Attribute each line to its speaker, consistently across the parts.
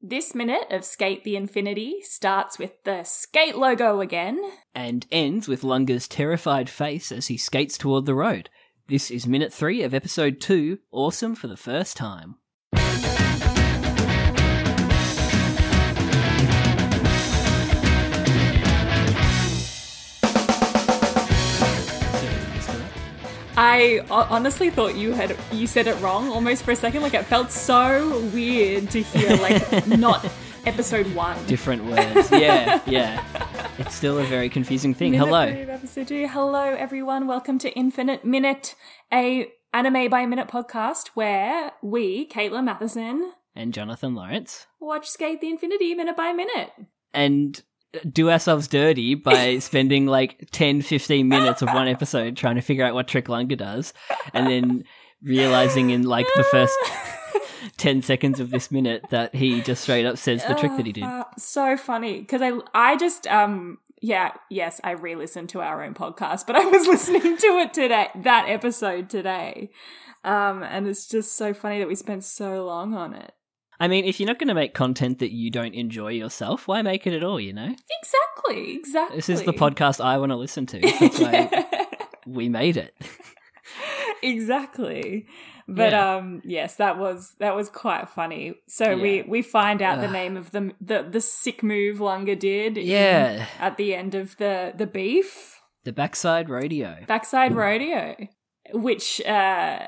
Speaker 1: This minute of Skate the Infinity starts with the skate logo again.
Speaker 2: and ends with Lunga's terrified face as he skates toward the road. This is minute three of episode two, Awesome for the First Time.
Speaker 1: I ho- honestly thought you had you said it wrong almost for a second. Like it felt so weird to hear like not episode one.
Speaker 2: Different words. Yeah, yeah. It's still a very confusing thing.
Speaker 1: Minute
Speaker 2: Hello.
Speaker 1: three of episode two. Hello, everyone. Welcome to Infinite Minute, a anime by minute podcast where we, Caitlin Matheson,
Speaker 2: And Jonathan Lawrence.
Speaker 1: watch Skate the Infinity minute by minute.
Speaker 2: And uh, do ourselves dirty by spending like 10, 15 minutes of one episode trying to figure out what trick Lunga does. And then realizing in like the first 10 seconds of this minute that he just straight up says the trick that he did.
Speaker 1: Uh, so funny because I I just um yeah yes I re-listened to our own podcast, but I was listening to it today that episode today, um and it's just so funny that we spent so long on it.
Speaker 2: I mean, if you're not going to make content that you don't enjoy yourself, why make it at all, you know?
Speaker 1: Exactly, exactly.
Speaker 2: This is the podcast I want to listen to. That's why we made it.
Speaker 1: exactly. But
Speaker 2: Yeah.
Speaker 1: um yes, that was that was quite funny. So we
Speaker 2: Yeah.
Speaker 1: we find out the
Speaker 2: Ugh.
Speaker 1: name of the the the sick move Lunga did. in-
Speaker 2: Yeah.
Speaker 1: at the end of the the beef.
Speaker 2: The Backside Rodeo.
Speaker 1: Backside Rodeo, which uh,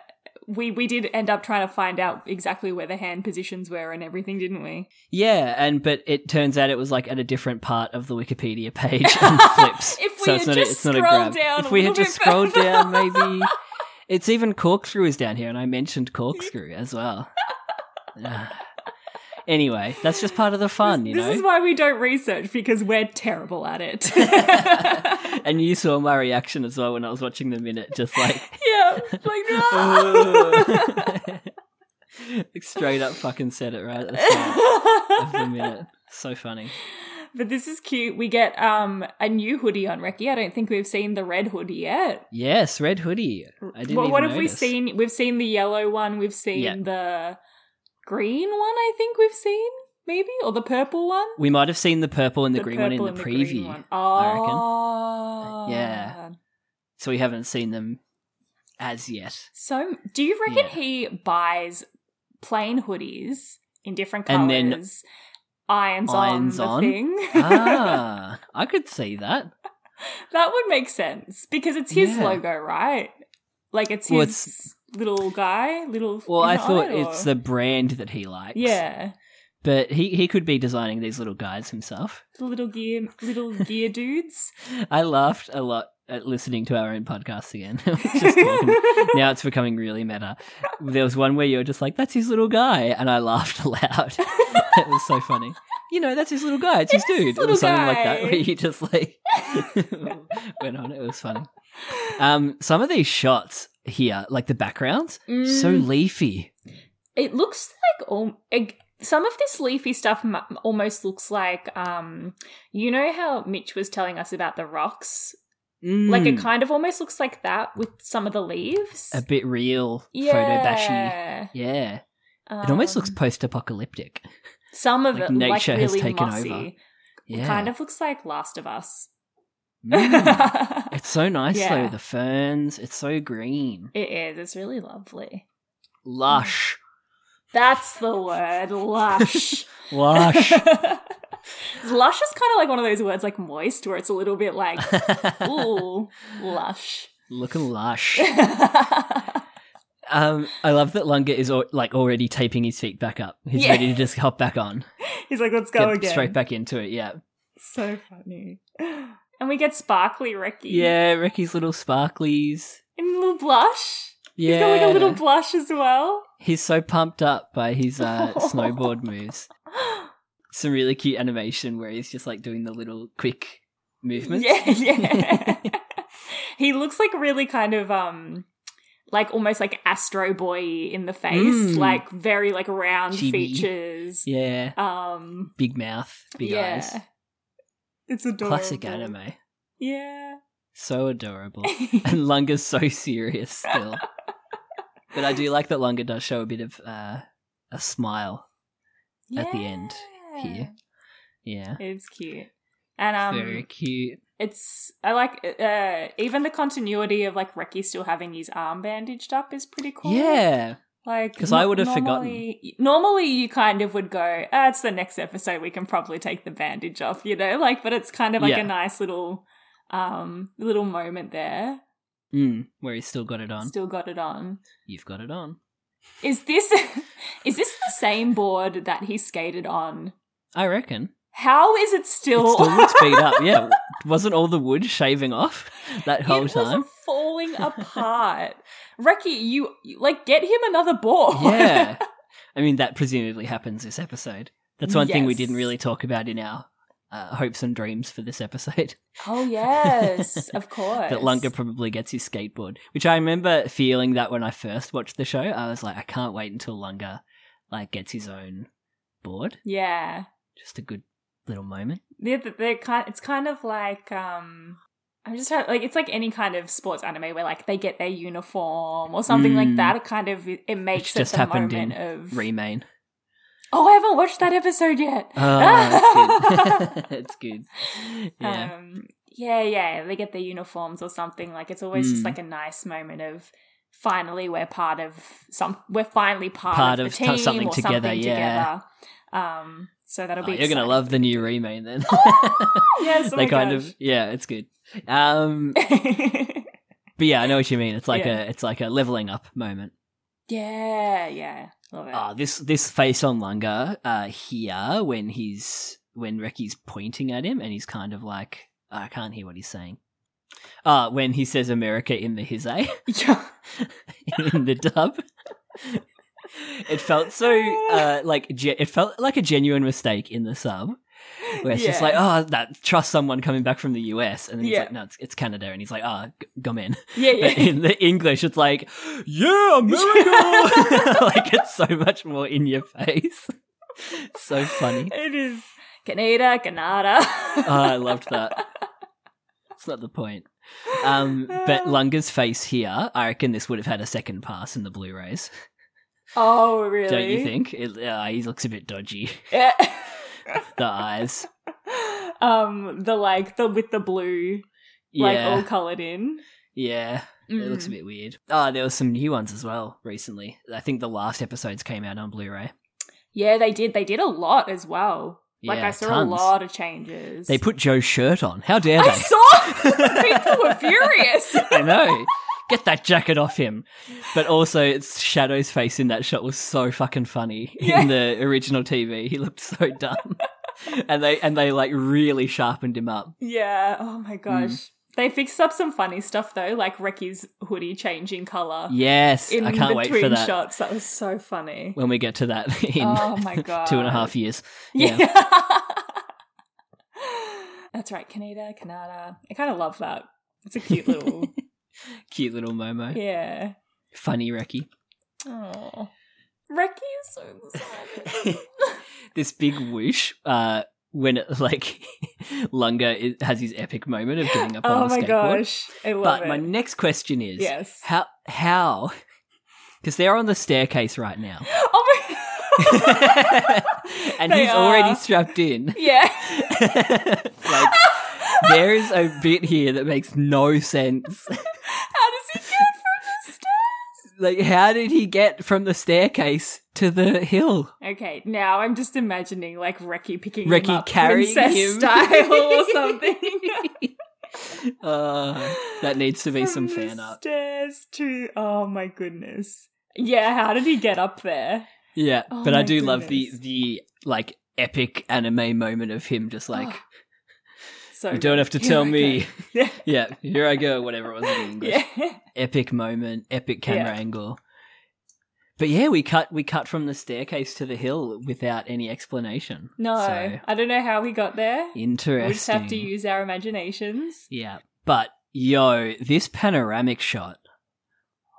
Speaker 1: we we did end up trying to find out exactly where the hand positions were and everything, didn't we?
Speaker 2: Yeah, and but it turns out it was like at a different part of the Wikipedia page and flips.
Speaker 1: If we
Speaker 2: so
Speaker 1: had
Speaker 2: it's not
Speaker 1: just
Speaker 2: a, it's not a
Speaker 1: scrolled
Speaker 2: grab.
Speaker 1: down
Speaker 2: if
Speaker 1: a
Speaker 2: we had
Speaker 1: little
Speaker 2: just
Speaker 1: bit
Speaker 2: scrolled
Speaker 1: further.
Speaker 2: down, maybe it's even corkscrew is down here, and I mentioned corkscrew as well. Ugh. anyway, that's just part of the fun, you
Speaker 1: this
Speaker 2: know.
Speaker 1: is why we don't research because we're terrible at it.
Speaker 2: and you saw my reaction as well when I was watching the minute, just like
Speaker 1: yeah, like no.
Speaker 2: Straight up fucking said it right at the start of the minute. So funny.
Speaker 1: but this is cute. We get um a new hoodie on Reki. I don't think we've seen the red hoodie yet.
Speaker 2: Yes, red hoodie. I didn't.
Speaker 1: Well,
Speaker 2: even
Speaker 1: what have we
Speaker 2: notice.
Speaker 1: seen? We've seen the yellow one. We've seen
Speaker 2: Yeah.
Speaker 1: the green one. I think we've seen maybe or the purple one.
Speaker 2: We might have seen the purple and the, green one in
Speaker 1: purple
Speaker 2: the
Speaker 1: and green
Speaker 2: preview.
Speaker 1: one.
Speaker 2: I reckon.
Speaker 1: Oh,
Speaker 2: Yeah. So we haven't seen them as yet.
Speaker 1: So, do you reckon
Speaker 2: Yeah.
Speaker 1: he buys plain hoodies in different colors,
Speaker 2: And then
Speaker 1: irons,
Speaker 2: irons
Speaker 1: on
Speaker 2: on?
Speaker 1: the thing?
Speaker 2: ah, I could see that.
Speaker 1: that would make sense because it's his
Speaker 2: Yeah.
Speaker 1: logo, right? Like it's his
Speaker 2: Well,
Speaker 1: little guy, little.
Speaker 2: Well,
Speaker 1: is
Speaker 2: I
Speaker 1: it
Speaker 2: thought
Speaker 1: iron or-
Speaker 2: it's the brand that he likes.
Speaker 1: yeah,
Speaker 2: but he he could be designing these little guys himself.
Speaker 1: the little gear, little gear dudes.
Speaker 2: I laughed a lot at listening to our own podcast again. Just talking. now it's becoming really meta. There was one where you were just like, "That's his little guy," and I laughed aloud. it was so funny. You know, that's his little guy. It's his
Speaker 1: It is his
Speaker 2: dude,
Speaker 1: little
Speaker 2: or something like that.
Speaker 1: guy.
Speaker 2: Where you just like went on. It was funny. Um, some of these shots here, like the backgrounds, so
Speaker 1: Mm.
Speaker 2: leafy.
Speaker 1: It looks like all ag- some of this leafy stuff mu- almost looks like um you know how Mitch was telling us about the rocks? Like it
Speaker 2: Mm,
Speaker 1: kind of almost looks like that with some of the leaves.
Speaker 2: a bit real, photo bashy.
Speaker 1: Yeah.
Speaker 2: Yeah, it almost looks
Speaker 1: Um,
Speaker 2: post-apocalyptic.
Speaker 1: some of
Speaker 2: like
Speaker 1: it like
Speaker 2: nature has
Speaker 1: really
Speaker 2: taken
Speaker 1: mossy.
Speaker 2: over.
Speaker 1: It
Speaker 2: Yeah,
Speaker 1: kind of looks like Last of Us.
Speaker 2: Mm. It's so nice
Speaker 1: Yeah. Mm.
Speaker 2: though. The ferns, it's so green,
Speaker 1: it is. It's really lovely.
Speaker 2: lush,
Speaker 1: That's the word, lush.
Speaker 2: lush.
Speaker 1: lush is kind of like one of those words like moist where it's a little bit like ooh, lush.
Speaker 2: Looking lush.
Speaker 1: yeah,
Speaker 2: Um, I love that Lunga is al- like already taping his feet back up. He's
Speaker 1: Yeah.
Speaker 2: ready to just hop back on,
Speaker 1: he's like, let's go
Speaker 2: get
Speaker 1: again.
Speaker 2: straight back into it. Yeah,
Speaker 1: So funny. And we get sparkly Recky.
Speaker 2: yeah. Ricky's little sparklies.
Speaker 1: And little blush.
Speaker 2: Yeah,
Speaker 1: He's got like a little blush as well.
Speaker 2: He's so pumped up by his uh, snowboard moves. Some really cute animation where he's just like doing the little quick movements.
Speaker 1: Yeah, yeah. he looks like really kind of um like almost like Astro Boy in the face,
Speaker 2: Mm.
Speaker 1: like very like round
Speaker 2: Chibi.
Speaker 1: features.
Speaker 2: Yeah.
Speaker 1: Um
Speaker 2: Big mouth, big
Speaker 1: yeah.
Speaker 2: eyes.
Speaker 1: It's adorable.
Speaker 2: Classic anime.
Speaker 1: Yeah.
Speaker 2: So adorable. and Lunga's so serious still. but I do like that Lunga does show a bit of uh, a smile. At the end here. Yeah.
Speaker 1: Yeah. It's cute. And um
Speaker 2: Very cute.
Speaker 1: it's I like uh even the continuity of like Reki still having his arm bandaged up is pretty cool.
Speaker 2: Yeah.
Speaker 1: Like
Speaker 2: 'Cause I
Speaker 1: no-
Speaker 2: would have forgotten.
Speaker 1: normally- Normally, you kind of would go, "Ah, it's the next episode. We can probably take the bandage off," you know. Like, but it's kind of like
Speaker 2: Yeah.
Speaker 1: a nice little, um, little moment there.
Speaker 2: Mm, where he's still got it on.
Speaker 1: Still got it on.
Speaker 2: You've got it on.
Speaker 1: Is this is this the same board that he skated on?
Speaker 2: I reckon.
Speaker 1: How is it still?
Speaker 2: It still looks beat up. Yeah. Wasn't all the wood shaving off that whole
Speaker 1: it
Speaker 2: time?
Speaker 1: was falling apart. Reki, you, you like get him another board.
Speaker 2: yeah. I mean, that presumably happens this episode. That's one thing we
Speaker 1: Yes.
Speaker 2: didn't really talk about in our uh, hopes and dreams for this episode.
Speaker 1: oh yes, of course.
Speaker 2: that Lunga probably gets his skateboard, which I remember feeling that when I first watched the show, I was like, I can't wait until Lunga like gets his own board.
Speaker 1: Yeah.
Speaker 2: Just a good little moment.
Speaker 1: they're, they're kind it's kind of like um i'm just trying, like it's like any kind of sports anime where like they get their uniform or something like
Speaker 2: Mm.
Speaker 1: that it kind of it makes
Speaker 2: Which just
Speaker 1: it the
Speaker 2: happened
Speaker 1: moment
Speaker 2: in
Speaker 1: of
Speaker 2: Remain.
Speaker 1: oh i haven't watched that episode yet Ah,
Speaker 2: Oh, it's good. it's good. Yeah.
Speaker 1: um yeah yeah they get their uniforms or something like it's always just
Speaker 2: Mm.
Speaker 1: like a nice moment of finally we're part of some we're finally part,
Speaker 2: Part
Speaker 1: of,
Speaker 2: of
Speaker 1: the
Speaker 2: t-
Speaker 1: team
Speaker 2: something
Speaker 1: or
Speaker 2: together,
Speaker 1: something
Speaker 2: yeah.
Speaker 1: together um so that'll
Speaker 2: Oh,
Speaker 1: be
Speaker 2: you're gonna
Speaker 1: exciting.
Speaker 2: love the new Remain then.
Speaker 1: yes oh
Speaker 2: they
Speaker 1: my
Speaker 2: kind
Speaker 1: gosh.
Speaker 2: of yeah, it's good. Um, but yeah, I know what you mean. It's like
Speaker 1: Yeah.
Speaker 2: a it's like a leveling up moment.
Speaker 1: Yeah, yeah. Love it.
Speaker 2: Ah, this this face on Lunga uh, here when he's when Reki's pointing at him and he's kind of like I can't hear what he's saying. Uh, when he says America in the Hizay
Speaker 1: yeah.
Speaker 2: in the dub, it felt so uh, like ge- it felt like a genuine mistake in the sub. Where it's just
Speaker 1: Yeah.
Speaker 2: like, oh, that trust someone coming back from the US, and then he's
Speaker 1: Yeah.
Speaker 2: like, no, it's, it's Canada, and he's like, ah, oh, come in.
Speaker 1: Yeah,
Speaker 2: But
Speaker 1: yeah.
Speaker 2: in the English, it's like, yeah, America! like, it's so much more in your face. so funny.
Speaker 1: It is Canada, Canada.
Speaker 2: Oh, I loved that. It's not the point. Um, but Lunga's face here, I reckon this would have had a second pass in the Blu rays.
Speaker 1: oh, really?
Speaker 2: Don't you think? It, uh, he looks a bit dodgy.
Speaker 1: Yeah.
Speaker 2: The eyes.
Speaker 1: um, the like the with the blue, like oh. Hmm.
Speaker 2: Yeah.
Speaker 1: all coloured in.
Speaker 2: yeah. It looks a bit weird. Oh, there were some new ones as well recently. I think the last episodes came out on Blu ray.
Speaker 1: Yeah, they did. They did a lot as well. Like
Speaker 2: Yeah,
Speaker 1: I saw
Speaker 2: tons.
Speaker 1: a lot of changes.
Speaker 2: They put Joe's shirt on. How dare they?
Speaker 1: I saw people were furious.
Speaker 2: I know. Get that jacket off him. But also, it's Shadow's face in that shot was so fucking funny
Speaker 1: Yeah.
Speaker 2: in the original TV. He looked so dumb. and they and they like really sharpened him up.
Speaker 1: yeah. Oh
Speaker 2: Mm.
Speaker 1: my gosh. They fixed up some funny stuff though, like Reki's hoodie changing colour.
Speaker 2: Yes,
Speaker 1: in
Speaker 2: I can't wait
Speaker 1: between
Speaker 2: for that.
Speaker 1: shots. That was so funny.
Speaker 2: When we get to that in
Speaker 1: Oh my
Speaker 2: two and a
Speaker 1: God.
Speaker 2: half years.
Speaker 1: Yeah. That's right, Kaneda, Kanada. I kind of love that. It's a cute little,
Speaker 2: Cute little Momo.
Speaker 1: yeah.
Speaker 2: Funny Reki.
Speaker 1: Oh, Reki is so excited.
Speaker 2: this big whoosh uh, when it, like Lunga is, has his epic moment of giving up
Speaker 1: oh
Speaker 2: on the
Speaker 1: my
Speaker 2: skateboard.
Speaker 1: gosh, I love
Speaker 2: But
Speaker 1: it.
Speaker 2: my next question is
Speaker 1: Yes.
Speaker 2: how how because they're on the staircase right now.
Speaker 1: oh my,
Speaker 2: and
Speaker 1: They
Speaker 2: he's already
Speaker 1: are.
Speaker 2: strapped in.
Speaker 1: yeah.
Speaker 2: like there is a bit here that makes no sense.
Speaker 1: How does he get from the stairs?
Speaker 2: Like how did he get from the staircase to the hill?
Speaker 1: Okay, now I'm just imagining like Reki picking
Speaker 2: Reki
Speaker 1: him up,
Speaker 2: carrying
Speaker 1: princess
Speaker 2: him.
Speaker 1: style or something.
Speaker 2: Uh, that needs to be some
Speaker 1: From
Speaker 2: fan
Speaker 1: the
Speaker 2: art.
Speaker 1: Stairs to oh my goodness. Yeah, how did he get up there?
Speaker 2: Yeah,
Speaker 1: Oh
Speaker 2: but I
Speaker 1: my
Speaker 2: do love the
Speaker 1: goodness.
Speaker 2: the like epic anime moment of him just like
Speaker 1: So
Speaker 2: you don't
Speaker 1: good.
Speaker 2: have to
Speaker 1: Here
Speaker 2: tell
Speaker 1: I go.
Speaker 2: me.
Speaker 1: Yeah.
Speaker 2: yeah, here I go. Whatever it was in English.
Speaker 1: Yeah.
Speaker 2: Epic moment, epic camera
Speaker 1: Yeah.
Speaker 2: angle. But yeah, we cut we cut from the staircase to the hill without any explanation.
Speaker 1: No,
Speaker 2: So,
Speaker 1: I don't know how we got there.
Speaker 2: interesting.
Speaker 1: We just have to use our imaginations.
Speaker 2: Yeah. But yo, this panoramic shot.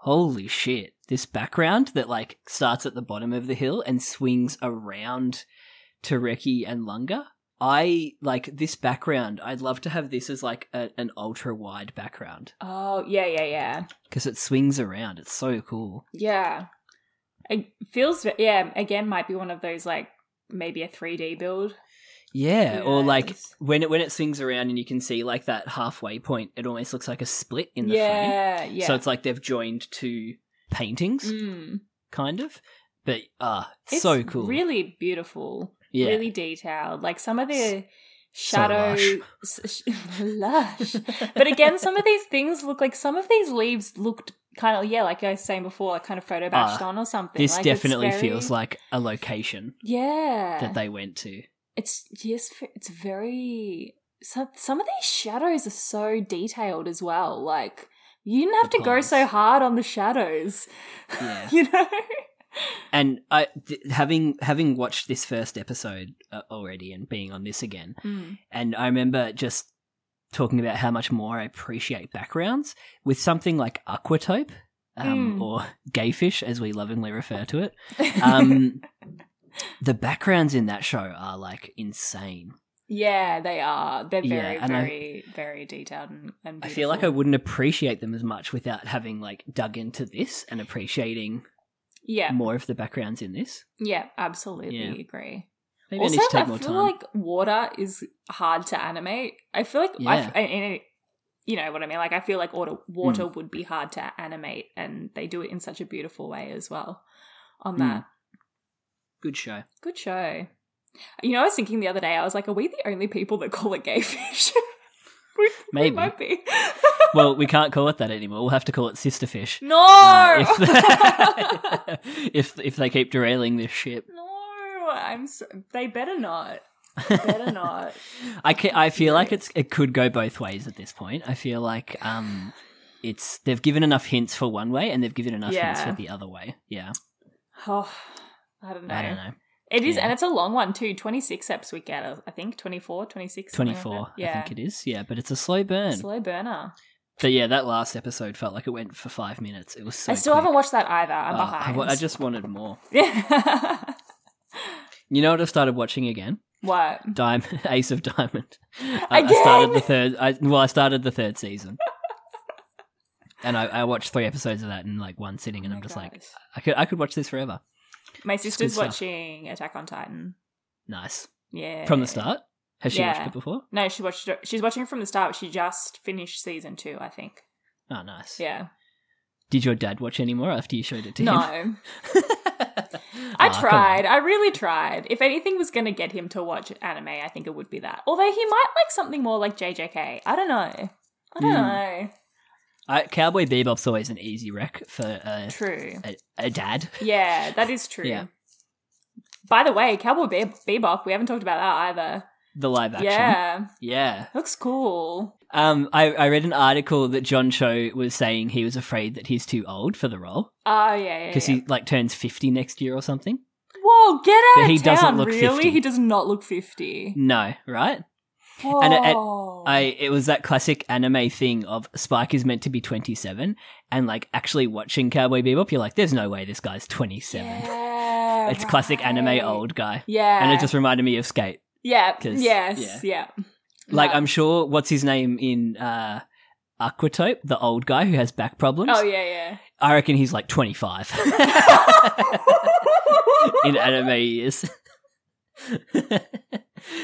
Speaker 2: Holy shit. This background that like starts at the bottom of the hill and swings around Tareki and Lunga. I like this background. I'd love to have this as like a, an ultra wide background
Speaker 1: Oh, yeah, yeah, yeah.
Speaker 2: because it swings around. It's so cool.
Speaker 1: Yeah. It feels, ve- yeah, again, might be one of those like maybe a 3D build.
Speaker 2: Yeah, or like
Speaker 1: Yes.
Speaker 2: when it when it swings around and you can see like that halfway point, it almost looks like a split in the frame.
Speaker 1: yeah, yeah.
Speaker 2: So it's like they've joined two paintings.
Speaker 1: Mm.
Speaker 2: kind of. But ah,
Speaker 1: It's
Speaker 2: so cool.
Speaker 1: Really beautiful.
Speaker 2: yeah.
Speaker 1: Really detailed. Like some of the
Speaker 2: so
Speaker 1: shadow.
Speaker 2: lush.
Speaker 1: s- sh- lush. but again, some of these things look like some of these leaves looked kind of, yeah, like I was saying before, like kind of photo bashed
Speaker 2: Ah,
Speaker 1: on or something.
Speaker 2: this
Speaker 1: Like, it's
Speaker 2: definitely
Speaker 1: very-
Speaker 2: feels like a location
Speaker 1: Yeah.
Speaker 2: that they went to.
Speaker 1: it's just f- it's very some some of these shadows are so detailed as well like you didn't have
Speaker 2: The
Speaker 1: to go so
Speaker 2: palms.
Speaker 1: hard on the shadows
Speaker 2: Yeah.
Speaker 1: you know
Speaker 2: And I th- having having watched this first episode uh, already and being on this again, and I remember just talking about how much more I appreciate backgrounds with something like Aquatope um,
Speaker 1: Mm.
Speaker 2: or Gayfish, as we lovingly refer to it. Um, the backgrounds in that show are like insane.
Speaker 1: yeah they are they're
Speaker 2: Yeah,
Speaker 1: very
Speaker 2: and I-
Speaker 1: very very detailed and, and
Speaker 2: I feel like I
Speaker 1: beautiful.
Speaker 2: wouldn't appreciate them as much without having like dug into this and appreciating
Speaker 1: yeah
Speaker 2: more of the backgrounds in this.
Speaker 1: yeah absolutely agree
Speaker 2: Maybe
Speaker 1: also
Speaker 2: I need to take
Speaker 1: I
Speaker 2: more
Speaker 1: feel
Speaker 2: time.
Speaker 1: like water is hard to animate I feel like I
Speaker 2: Yeah.
Speaker 1: f- and- and it- you know what I mean like I feel like water water
Speaker 2: Mm.
Speaker 1: would be hard to animate and they do it in such a beautiful way as well on
Speaker 2: Mm.
Speaker 1: that
Speaker 2: Good show.
Speaker 1: Good show. You know, I was thinking the other day, I was like, are we the only people that call it gay fish? we, we
Speaker 2: Maybe.
Speaker 1: might be.
Speaker 2: well, we can't call it that anymore. We'll have to call it Sisterfish.
Speaker 1: no!
Speaker 2: Uh, if, if if they keep derailing this ship,
Speaker 1: no, I'm so, they better not. Better not.
Speaker 2: I ca I feel like it's it could go both ways at this point. I feel like um, it's they've given enough hints for one way and they've given enough hints
Speaker 1: Yeah.
Speaker 2: for the other way. Yeah,
Speaker 1: Oh, I don't know.
Speaker 2: I don't know.
Speaker 1: It is,
Speaker 2: Yeah.
Speaker 1: and it's a long one too. 26 eps we get, I think. 24, 26. something like
Speaker 2: Twenty
Speaker 1: that.
Speaker 2: four,
Speaker 1: yeah.
Speaker 2: I think it is. Yeah, but it's a slow burn.
Speaker 1: Slow burner.
Speaker 2: But yeah, that last episode felt like it went for five minutes. It was so.
Speaker 1: I still
Speaker 2: quick.
Speaker 1: haven't watched that either. I'm
Speaker 2: Oh, I
Speaker 1: behind.
Speaker 2: wa- I, just wanted more.
Speaker 1: Yeah.
Speaker 2: You know what I've started watching again?
Speaker 1: what?
Speaker 2: Diamond Ace of Diamond. I, I
Speaker 1: Again?
Speaker 2: started the third. I, well, I started the third season, and I, I watched three episodes of that in like one sitting, and
Speaker 1: Oh
Speaker 2: I'm
Speaker 1: my
Speaker 2: just like,
Speaker 1: gosh.
Speaker 2: I could I could watch this forever.
Speaker 1: My sister's
Speaker 2: stuff.
Speaker 1: watching Attack on Titan.
Speaker 2: Nice
Speaker 1: Yeah.
Speaker 2: from the start. Has she
Speaker 1: Yeah.
Speaker 2: watched it before?
Speaker 1: No, she watched it. She's watching it from the start. But she just finished season two, I think.
Speaker 2: Oh, nice.
Speaker 1: Yeah.
Speaker 2: Did your dad watch any more after you showed it to
Speaker 1: No,
Speaker 2: him?
Speaker 1: I
Speaker 2: Ah, come on.
Speaker 1: tried. I really tried. If anything was going to get him to watch anime, I think it would be that. Although he might like something more like JJK. I don't know. I
Speaker 2: Hmm.
Speaker 1: don't know.
Speaker 2: I, Cowboy Bebop's always an easy wreck for a,
Speaker 1: True.
Speaker 2: a, a dad.
Speaker 1: Yeah, that is true.
Speaker 2: Yeah.
Speaker 1: By the way, Cowboy Be- Bebop. We haven't talked about that either.
Speaker 2: The live action.
Speaker 1: Yeah,
Speaker 2: Yeah.
Speaker 1: looks cool.
Speaker 2: Um, I, I read an article that John Cho was saying he was afraid that he's too old for the role
Speaker 1: Oh yeah, yeah.
Speaker 2: because
Speaker 1: yeah.
Speaker 2: he like turns fifty next year or something.
Speaker 1: Whoa, get out
Speaker 2: But
Speaker 1: of
Speaker 2: he
Speaker 1: town!
Speaker 2: doesn't look
Speaker 1: really,
Speaker 2: 50.
Speaker 1: he does not look fifty.
Speaker 2: No, right?
Speaker 1: Whoa.
Speaker 2: And it- it- I it was that classic anime thing of Spike is meant to be twenty seven, and like actually watching Cowboy Bebop, you're like, there's no way this guy's twenty seven.
Speaker 1: Yeah,
Speaker 2: it's classic
Speaker 1: right.
Speaker 2: anime old guy,
Speaker 1: Yeah,
Speaker 2: and it just reminded me of Skate.
Speaker 1: yeah,
Speaker 2: 'cause-
Speaker 1: yes, yeah.
Speaker 2: Like
Speaker 1: No.
Speaker 2: I'm sure what's his name in uh, Aquatope, the old guy who has back problems.
Speaker 1: Oh yeah, yeah.
Speaker 2: I reckon he's like twenty five. in anime years.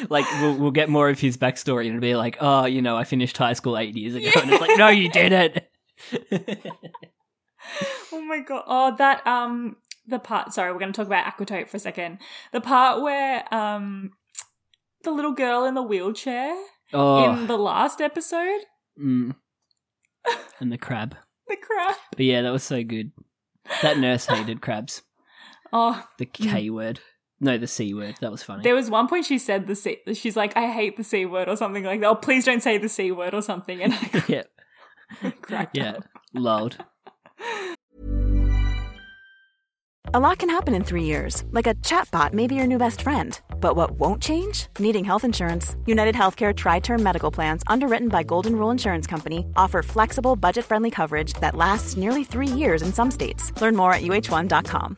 Speaker 2: like we'll, we'll get more of his backstory and it'll be like, oh, you know, I finished high school eight years ago, and it's like, no, you didn't.
Speaker 1: oh my god. Oh, that um, the part. Sorry, we're going to talk about Aquatope for a second. The part where um, the little girl in the wheelchair in
Speaker 2: oh,
Speaker 1: the last episode,
Speaker 2: mm. and the crab.
Speaker 1: the crab.
Speaker 2: But yeah, that was so good. That nurse hated crabs.
Speaker 1: Oh,
Speaker 2: The K word, no, the C word. That was funny.
Speaker 1: There was one point she said the C. She's like, I hate the C word or something like that. Oh, please don't say the C word or something. And I
Speaker 2: yeah,
Speaker 1: cracked
Speaker 2: yeah,
Speaker 1: up.
Speaker 2: lulled.
Speaker 3: A lot can happen in three years, like a chatbot may be your new best friend. But what won't change? Needing health insurance. United Healthcare Tri Term Medical Plans, underwritten by Golden Rule Insurance Company, offer flexible, budget friendly coverage that lasts nearly three years in some states. Learn more at uh1.com.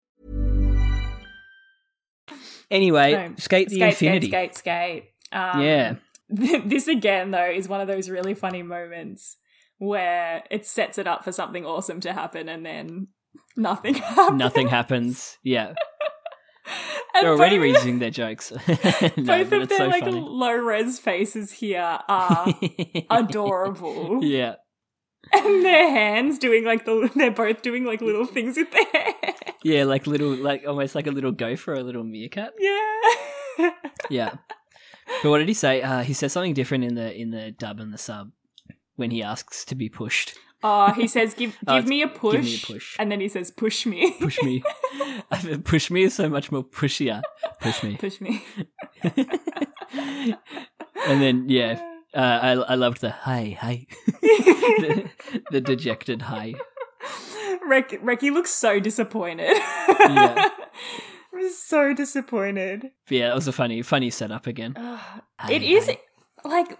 Speaker 2: Anyway,
Speaker 1: No.
Speaker 2: skate the infinity.
Speaker 1: Skate, skate, skate. Um,
Speaker 2: Yeah.
Speaker 1: This again, though, is one of those really funny moments where it sets it up for something awesome to happen, and then nothing happens.
Speaker 2: Nothing happens. Yeah.
Speaker 1: And
Speaker 2: They're already
Speaker 1: both-
Speaker 2: reusing their jokes. no,
Speaker 1: Both
Speaker 2: but
Speaker 1: of
Speaker 2: it's
Speaker 1: their
Speaker 2: so
Speaker 1: like
Speaker 2: funny.
Speaker 1: low res faces here are adorable,
Speaker 2: Yeah.
Speaker 1: and their hands doing like the they're both doing like little things with their hands.
Speaker 2: Yeah, like little like almost like a little gopher or a little meerkat.
Speaker 1: Yeah.
Speaker 2: Yeah. But what did he say? Uh, he says something different in the in the dub and the sub when he asks to be pushed.
Speaker 1: oh, he says, "Give give
Speaker 2: Oh, it's-
Speaker 1: me a push,"
Speaker 2: give me a push.
Speaker 1: and then he says, "Push me,
Speaker 2: Push me. I mean, push me is so much more pushier. Push me.
Speaker 1: push me."
Speaker 2: and then yeah, uh, I I loved the hi hi, the, the dejected hi.
Speaker 1: Rek- Reki looks so disappointed.
Speaker 2: Yeah.
Speaker 1: I was so disappointed.
Speaker 2: But yeah, that was a funny funny setup again. Hi,
Speaker 1: It is
Speaker 2: hi.
Speaker 1: like this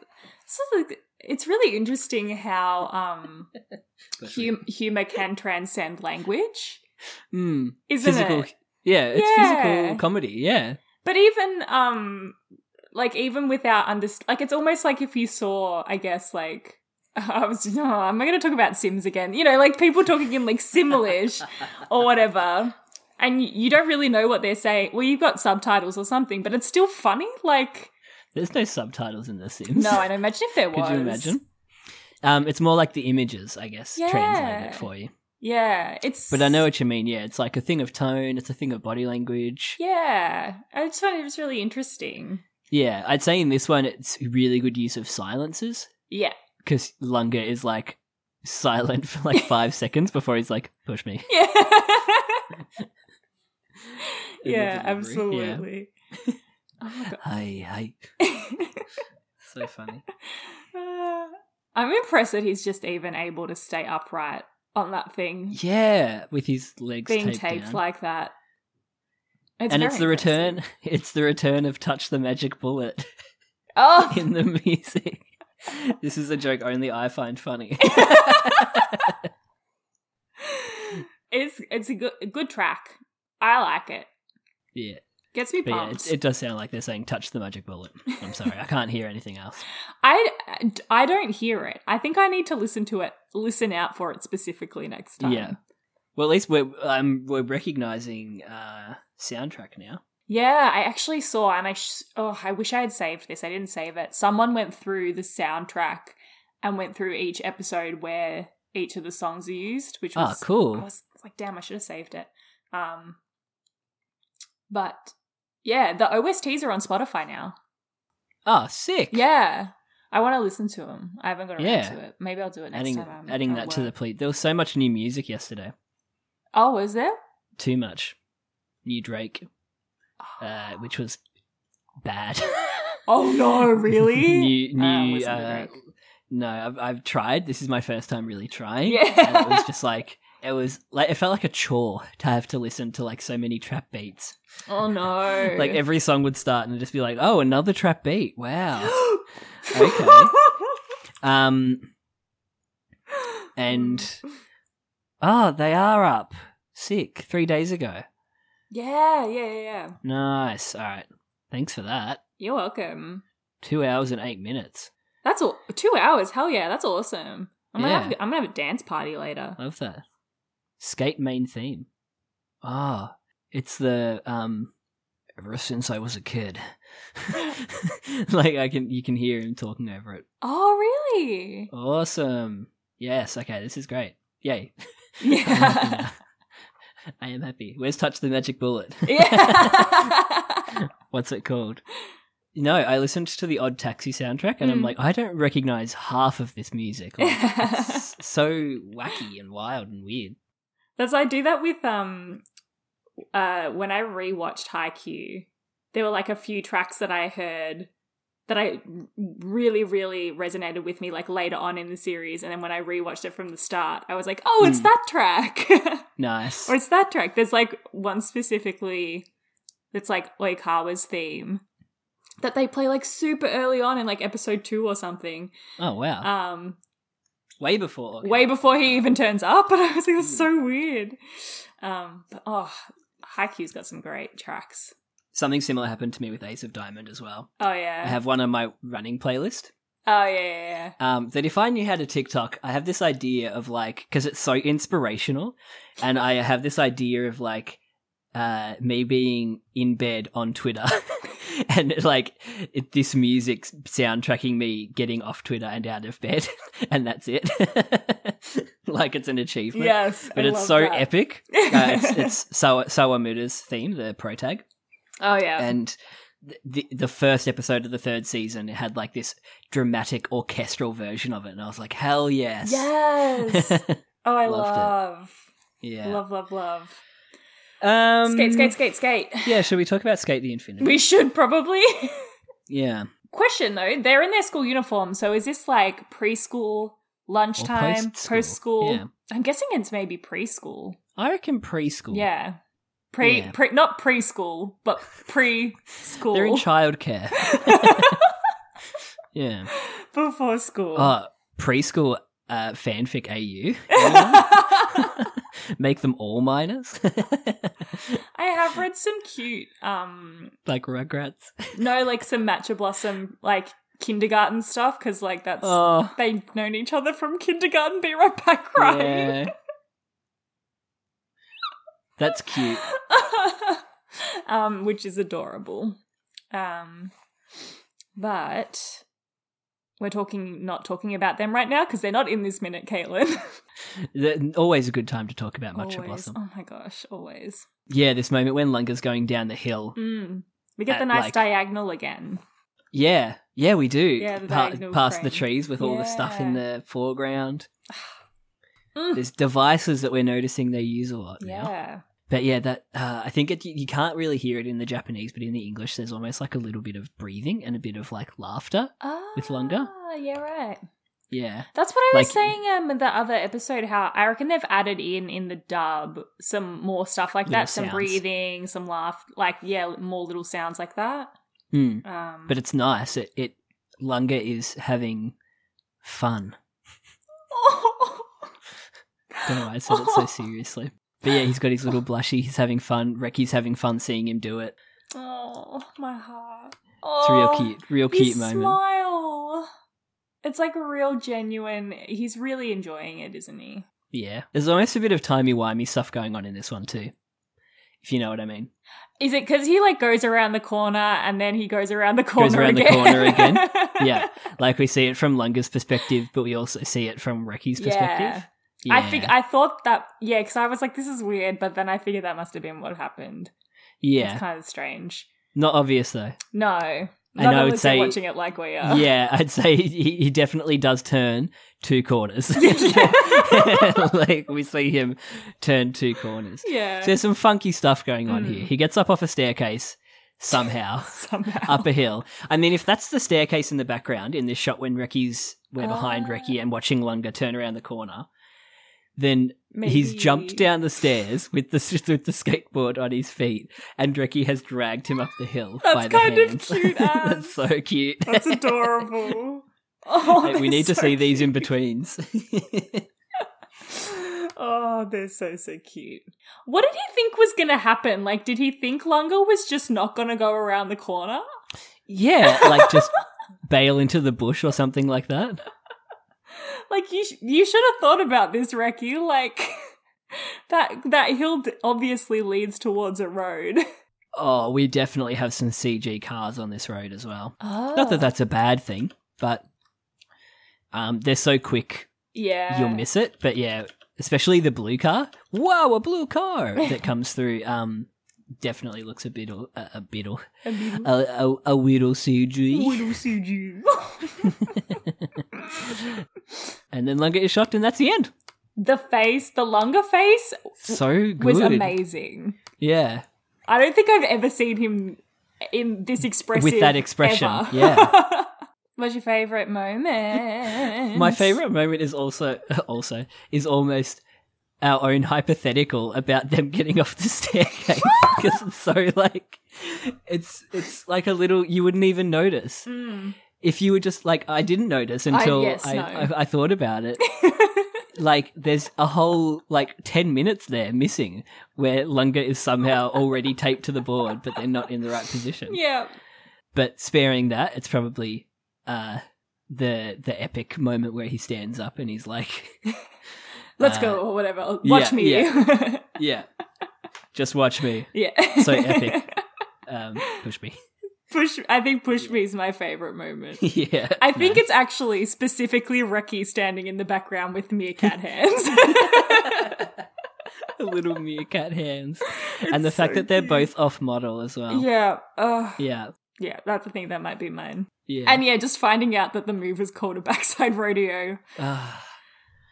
Speaker 1: is like- it's really interesting how um hum- humor can transcend language,
Speaker 2: Mm,
Speaker 1: isn't
Speaker 2: physical.
Speaker 1: it?
Speaker 2: Yeah, it's
Speaker 1: Yeah.
Speaker 2: physical comedy. Yeah,
Speaker 1: But even um like even without under like it's almost like if you saw I guess like I was no, I'm not going to talk about Sims again. You know, like people talking in like Simlish or whatever. And you- you don't really know what they're saying. Well, you've got subtitles or something, but it's still funny. Like,
Speaker 2: there's no subtitles in The Sims.
Speaker 1: no, I don't imagine if there was.
Speaker 2: Could you imagine? Um, it's more like the images, I guess, translate
Speaker 1: Yeah.
Speaker 2: it for you.
Speaker 1: Yeah, it's.
Speaker 2: But I know what you mean. Yeah, it's like a thing of tone. It's a thing of body language.
Speaker 1: Yeah, I just found it was really interesting.
Speaker 2: Yeah, I'd say in this one, it's really good use of silences
Speaker 1: Yeah,
Speaker 2: because Lunga is like silent for like five seconds before he's like, "Push me."
Speaker 1: yeah,
Speaker 2: In the
Speaker 1: yeah,
Speaker 2: delivery.
Speaker 1: absolutely. Oh my god.
Speaker 2: Hi, hi. so funny.
Speaker 1: Uh, I'm impressed that he's just even able to stay upright on that thing
Speaker 2: Yeah, with his legs
Speaker 1: being taped,
Speaker 2: down.
Speaker 1: like that. It's
Speaker 2: and
Speaker 1: very
Speaker 2: it's the
Speaker 1: impressive.
Speaker 2: return. It's the return of touch the magic bullet
Speaker 1: Oh,
Speaker 2: in the music. this is a joke only I find funny.
Speaker 1: it's it's a good a good track. I like it.
Speaker 2: yeah,
Speaker 1: Gets me
Speaker 2: but yeah,
Speaker 1: pumped.
Speaker 2: it, it does sound like they're saying touch the magic bullet. I'm sorry, I can't hear anything else.
Speaker 1: I I don't hear it. I think I need to listen to it. Listen out for it specifically next time.
Speaker 2: Yeah. Well, at least we're um, we're recognizing uh, soundtrack now.
Speaker 1: Yeah, I actually saw, and I sh- oh, I wish I had saved this. I didn't save it. Someone went through the soundtrack and went through each episode where each of the songs are used, which
Speaker 2: Ah,
Speaker 1: was
Speaker 2: cool.
Speaker 1: I was like, damn, I should have saved it. Um, but yeah, the OSTs are on Spotify now.
Speaker 2: Oh, sick!
Speaker 1: Yeah, I want to listen to them. I haven't got around
Speaker 2: Yeah.
Speaker 1: to it. Maybe I'll do it next
Speaker 2: adding
Speaker 1: time. I'm
Speaker 2: adding
Speaker 1: at
Speaker 2: that to the
Speaker 1: work.
Speaker 2: plea. There was so much new music yesterday.
Speaker 1: oh, is there?
Speaker 2: Too much new Drake, uh, which was bad.
Speaker 1: Oh no, really?
Speaker 2: new
Speaker 1: I don't
Speaker 2: new.
Speaker 1: listen to
Speaker 2: Uh,
Speaker 1: Drake.
Speaker 2: no, I've I've tried. This is my first time really trying.
Speaker 1: Yeah.
Speaker 2: and it was just like it was like it felt like a chore to have to listen to like so many trap beats.
Speaker 1: oh no,
Speaker 2: Like every song would start and it'd just be like, oh, another trap beat. Wow. Oh. okay. Um, and oh, they are up. Sick. Three days ago.
Speaker 1: Yeah, yeah, yeah, yeah.
Speaker 2: Nice. All right. Thanks for that.
Speaker 1: You're welcome.
Speaker 2: Two hours and eight minutes.
Speaker 1: That's all. Two hours. Hell yeah, that's awesome. I'm gonna
Speaker 2: Yeah.
Speaker 1: have, I'm gonna have a dance party later.
Speaker 2: Love that. Skate main theme. Ah, it's the um. Ever since I was a kid, like I can you can hear him talking over it.
Speaker 1: Oh really?
Speaker 2: Awesome. Yes. Okay. This is great. Yay.
Speaker 1: Yeah.
Speaker 2: I am happy. Where's Touch the Magic Bullet?
Speaker 1: Yeah.
Speaker 2: What's it called? No, I listened to the Odd Taxi soundtrack and I'm like, I don't recognize half of this music. Like, it's so wacky and wild and weird.
Speaker 1: That's I do that with um uh when I rewatched Haikyuu, there were like a few tracks that I heard that I really, really resonated with me like later on in the series, and then when I rewatched it from the start, I was like, Oh, it's that track
Speaker 2: Nice.
Speaker 1: Or it's that track. There's like one specifically that's like Oikawa's theme that they play like super early on in like episode two or something.
Speaker 2: oh, wow.
Speaker 1: Um
Speaker 2: way before. okay.
Speaker 1: way before he even turns up. And I was like, that's
Speaker 2: Hmm.
Speaker 1: so weird. Um, but oh, Haikyuu's got some great tracks.
Speaker 2: Something similar happened to me with Ace of Diamond as well.
Speaker 1: Oh yeah.
Speaker 2: I have one on my running playlist.
Speaker 1: oh yeah, yeah, yeah.
Speaker 2: um, that if I knew how to TikTok, I have this idea of like, because it's so inspirational, and I have this idea of like uh, me being in bed on Twitter. And like it, this music soundtracking me getting off Twitter and out of bed, and that's it. like it's an achievement.
Speaker 1: Yes,
Speaker 2: but
Speaker 1: I
Speaker 2: it's
Speaker 1: love
Speaker 2: so
Speaker 1: that.
Speaker 2: epic. Uh, it's it's Sawa, Sawamura's theme, the pro tag
Speaker 1: Oh yeah.
Speaker 2: and th- the the first episode of the third season it had like this dramatic orchestral version of it, and I was like, hell yes,
Speaker 1: yes. Oh, I
Speaker 2: Loved it.
Speaker 1: love.
Speaker 2: yeah.
Speaker 1: Love, love, love.
Speaker 2: um,
Speaker 1: Skate, skate, skate, skate.
Speaker 2: Yeah, should we talk about Skate the Infinite?
Speaker 1: We should probably.
Speaker 2: yeah,
Speaker 1: Question though, they're in their school uniform, so is this like preschool, lunchtime,
Speaker 2: post-school,
Speaker 1: post school?
Speaker 2: yeah.
Speaker 1: I'm guessing it's maybe preschool.
Speaker 2: I reckon preschool.
Speaker 1: Yeah. Pre,
Speaker 2: Yeah.
Speaker 1: pre, not preschool, but preschool.
Speaker 2: they're in childcare. yeah,
Speaker 1: before school.
Speaker 2: uh, oh, preschool uh, fanfic AU. Anyone? Make them all minors,
Speaker 1: I have read some cute, um,
Speaker 2: like Rugrats.
Speaker 1: no, like some matcha blossom, like kindergarten stuff, because like that's
Speaker 2: Oh,
Speaker 1: they've known each other from kindergarten. Be right back, right?
Speaker 2: yeah, that's cute.
Speaker 1: um, which is adorable. Um, but we're talking not talking about them right now because they're not in this minute, Caitlin.
Speaker 2: The- always a good time to talk about Matcha
Speaker 1: always.
Speaker 2: Blossom.
Speaker 1: Oh my gosh, always.
Speaker 2: Yeah, this moment when Lunga's going down the hill.
Speaker 1: Mm. We get
Speaker 2: Uh,
Speaker 1: the nice
Speaker 2: like-
Speaker 1: diagonal again.
Speaker 2: Yeah, yeah, we do.
Speaker 1: Yeah, the diagonal
Speaker 2: past the
Speaker 1: frame.
Speaker 2: trees with all the stuff in
Speaker 1: Yeah.
Speaker 2: the foreground.
Speaker 1: Mm.
Speaker 2: There's devices that we're noticing they use a lot now.
Speaker 1: Yeah.
Speaker 2: But yeah, that uh, I think it, you can't really hear it in the Japanese, but in the English, there's almost like a little bit of breathing and a bit of like laughter.
Speaker 1: Ah,
Speaker 2: With Lunga?
Speaker 1: Yeah, right.
Speaker 2: Yeah,
Speaker 1: That's what I was
Speaker 2: Like-
Speaker 1: saying um in the other episode how I reckon they've added in in the dub some more stuff like
Speaker 2: Little
Speaker 1: that, some
Speaker 2: sounds.
Speaker 1: breathing, some laugh, like yeah, more little sounds like that.
Speaker 2: Hmm.
Speaker 1: Um
Speaker 2: but it's nice. It, it Lunga is having fun. Don't know why I said it so seriously. But yeah, he's got his little blushy. He's having fun. Reki's having fun seeing him do it.
Speaker 1: Oh, my heart.
Speaker 2: It's a
Speaker 1: Oh,
Speaker 2: real cute, real
Speaker 1: his
Speaker 2: cute moment.
Speaker 1: smile. It's like a real genuine. He's really enjoying it, isn't he?
Speaker 2: Yeah, there's almost a bit of timey wimey stuff going on in this one too, if you know what I mean.
Speaker 1: Is it because he like goes around the corner and then he goes around the corner
Speaker 2: Goes around
Speaker 1: again?
Speaker 2: the corner again. yeah, like we see it from Lunga's perspective, but we also see it from Reki's perspective. Yeah.
Speaker 1: I think I thought that yeah, because I was like, this is weird, but then I figured that must have been what happened.
Speaker 2: yeah,
Speaker 1: it's kind of strange.
Speaker 2: not obvious though.
Speaker 1: No,
Speaker 2: I
Speaker 1: not
Speaker 2: would
Speaker 1: unless
Speaker 2: say-
Speaker 1: you're watching it like we are.
Speaker 2: Yeah, I'd say he, he definitely does turn two corners.
Speaker 1: Yeah.
Speaker 2: like we see him turn two corners.
Speaker 1: Yeah.
Speaker 2: So there's some funky stuff going on
Speaker 1: Hmm.
Speaker 2: here. He gets up off a staircase somehow.
Speaker 1: somehow.
Speaker 2: up a hill. I mean, if that's the staircase in the background in this shot when Reki's we're behind
Speaker 1: Ah.
Speaker 2: Reki and watching Lunga turn around the corner, then he's
Speaker 1: Maybe.
Speaker 2: jumped down the stairs with the s- with the skateboard on his feet, and Reki has dragged him up the hill.
Speaker 1: That's
Speaker 2: by the
Speaker 1: kind of
Speaker 2: hands.
Speaker 1: cute
Speaker 2: that's
Speaker 1: as.
Speaker 2: so cute.
Speaker 1: That's adorable. Oh,
Speaker 2: Like, we
Speaker 1: they're
Speaker 2: need to
Speaker 1: so
Speaker 2: see these
Speaker 1: cute.
Speaker 2: in betweens.
Speaker 1: Oh, they're so so cute. What did he think was gonna happen? Like, did he think Lunga was just not gonna go around the corner?
Speaker 2: yeah, like just bail into the bush or something like that.
Speaker 1: Like, you sh- you should have thought about this, Reki. Like, that that hill d- obviously leads towards a road.
Speaker 2: Oh, we definitely have some CG cars on this road as well.
Speaker 1: Oh.
Speaker 2: Not that that's a bad thing, but um, they're so quick
Speaker 1: yeah.
Speaker 2: you'll miss it. But yeah, especially the blue car. Whoa, a blue car that comes through. Um, definitely looks a bit a, a bit a a, a little CG.
Speaker 1: Little Suju.
Speaker 2: And then Lunga is shocked, and that's the end.
Speaker 1: the face, the longer face,
Speaker 2: So good.
Speaker 1: was amazing.
Speaker 2: Yeah,
Speaker 1: I don't think I've ever seen him in this expressive
Speaker 2: with that expression.
Speaker 1: ever.
Speaker 2: Yeah.
Speaker 1: What's your favorite moment?
Speaker 2: My favorite moment is also also is almost our own hypothetical about them getting off the staircase because it's so like it's it's like a little you wouldn't even notice if you were just like I didn't notice until I,
Speaker 1: yes,
Speaker 2: I,
Speaker 1: no.
Speaker 2: I, thought about it. like there's a whole like ten minutes there missing where Lunga is somehow already taped to the board, but they're not in the right position
Speaker 1: Yeah.
Speaker 2: but sparing that, it's probably uh, the the epic moment where he stands up and he's like,
Speaker 1: Let's
Speaker 2: Uh,
Speaker 1: go or whatever. Watch
Speaker 2: yeah,
Speaker 1: me. Yeah.
Speaker 2: "Yeah, just watch me." So epic. Um, push me.
Speaker 1: Push I think push me is my favorite moment.
Speaker 2: yeah,
Speaker 1: I think it's actually specifically Reki standing in the background with meerkat hands.
Speaker 2: little meerkat hands, and the fact that they're both off model as well.
Speaker 1: yeah. Uh,
Speaker 2: yeah,
Speaker 1: yeah, that's the thing that might be mine.
Speaker 2: yeah.
Speaker 1: And yeah, just finding out that the move was called a backside rodeo.
Speaker 2: Ah.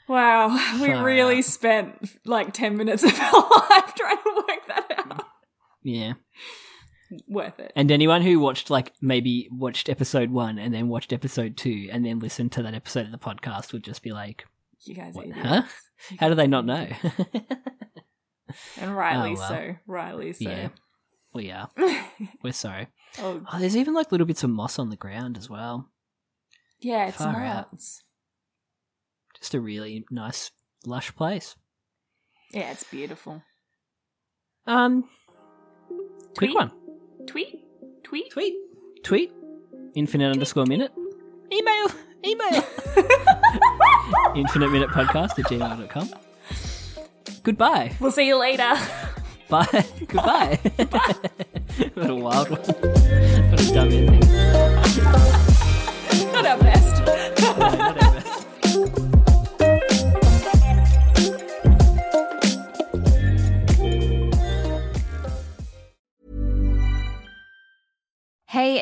Speaker 1: Wow, we
Speaker 2: Far
Speaker 1: really
Speaker 2: out.
Speaker 1: spent like 10 minutes of our life trying to work that out.
Speaker 2: yeah.
Speaker 1: Worth it.
Speaker 2: And anyone who watched, like, maybe watched episode one and then watched episode two and then listened to that episode of the podcast would just be like,
Speaker 1: You guys
Speaker 2: What-
Speaker 1: are
Speaker 2: huh?
Speaker 1: idiots.
Speaker 2: how do they not know?
Speaker 1: And Riley,
Speaker 2: Oh, well.
Speaker 1: so. Riley, so.
Speaker 2: Yeah. we are. We're sorry.
Speaker 1: Oh,
Speaker 2: Oh, there's even like little bits of moss on the ground as well.
Speaker 1: yeah, it's
Speaker 2: Far out.
Speaker 1: nuts.
Speaker 2: Just a really nice, lush place.
Speaker 1: Yeah, it's beautiful.
Speaker 2: Um, quick
Speaker 1: Tweet?
Speaker 2: one.
Speaker 1: Tweet? Tweet?
Speaker 2: Tweet. Tweet. Infinite underscore minute. Email. Email. Infinite minute podcast at gmail.com. Goodbye.
Speaker 1: We'll see you later.
Speaker 2: Bye. Goodbye. what a wild one. What a dumb ending.
Speaker 1: Not our best.
Speaker 2: Whatever.
Speaker 4: Hey,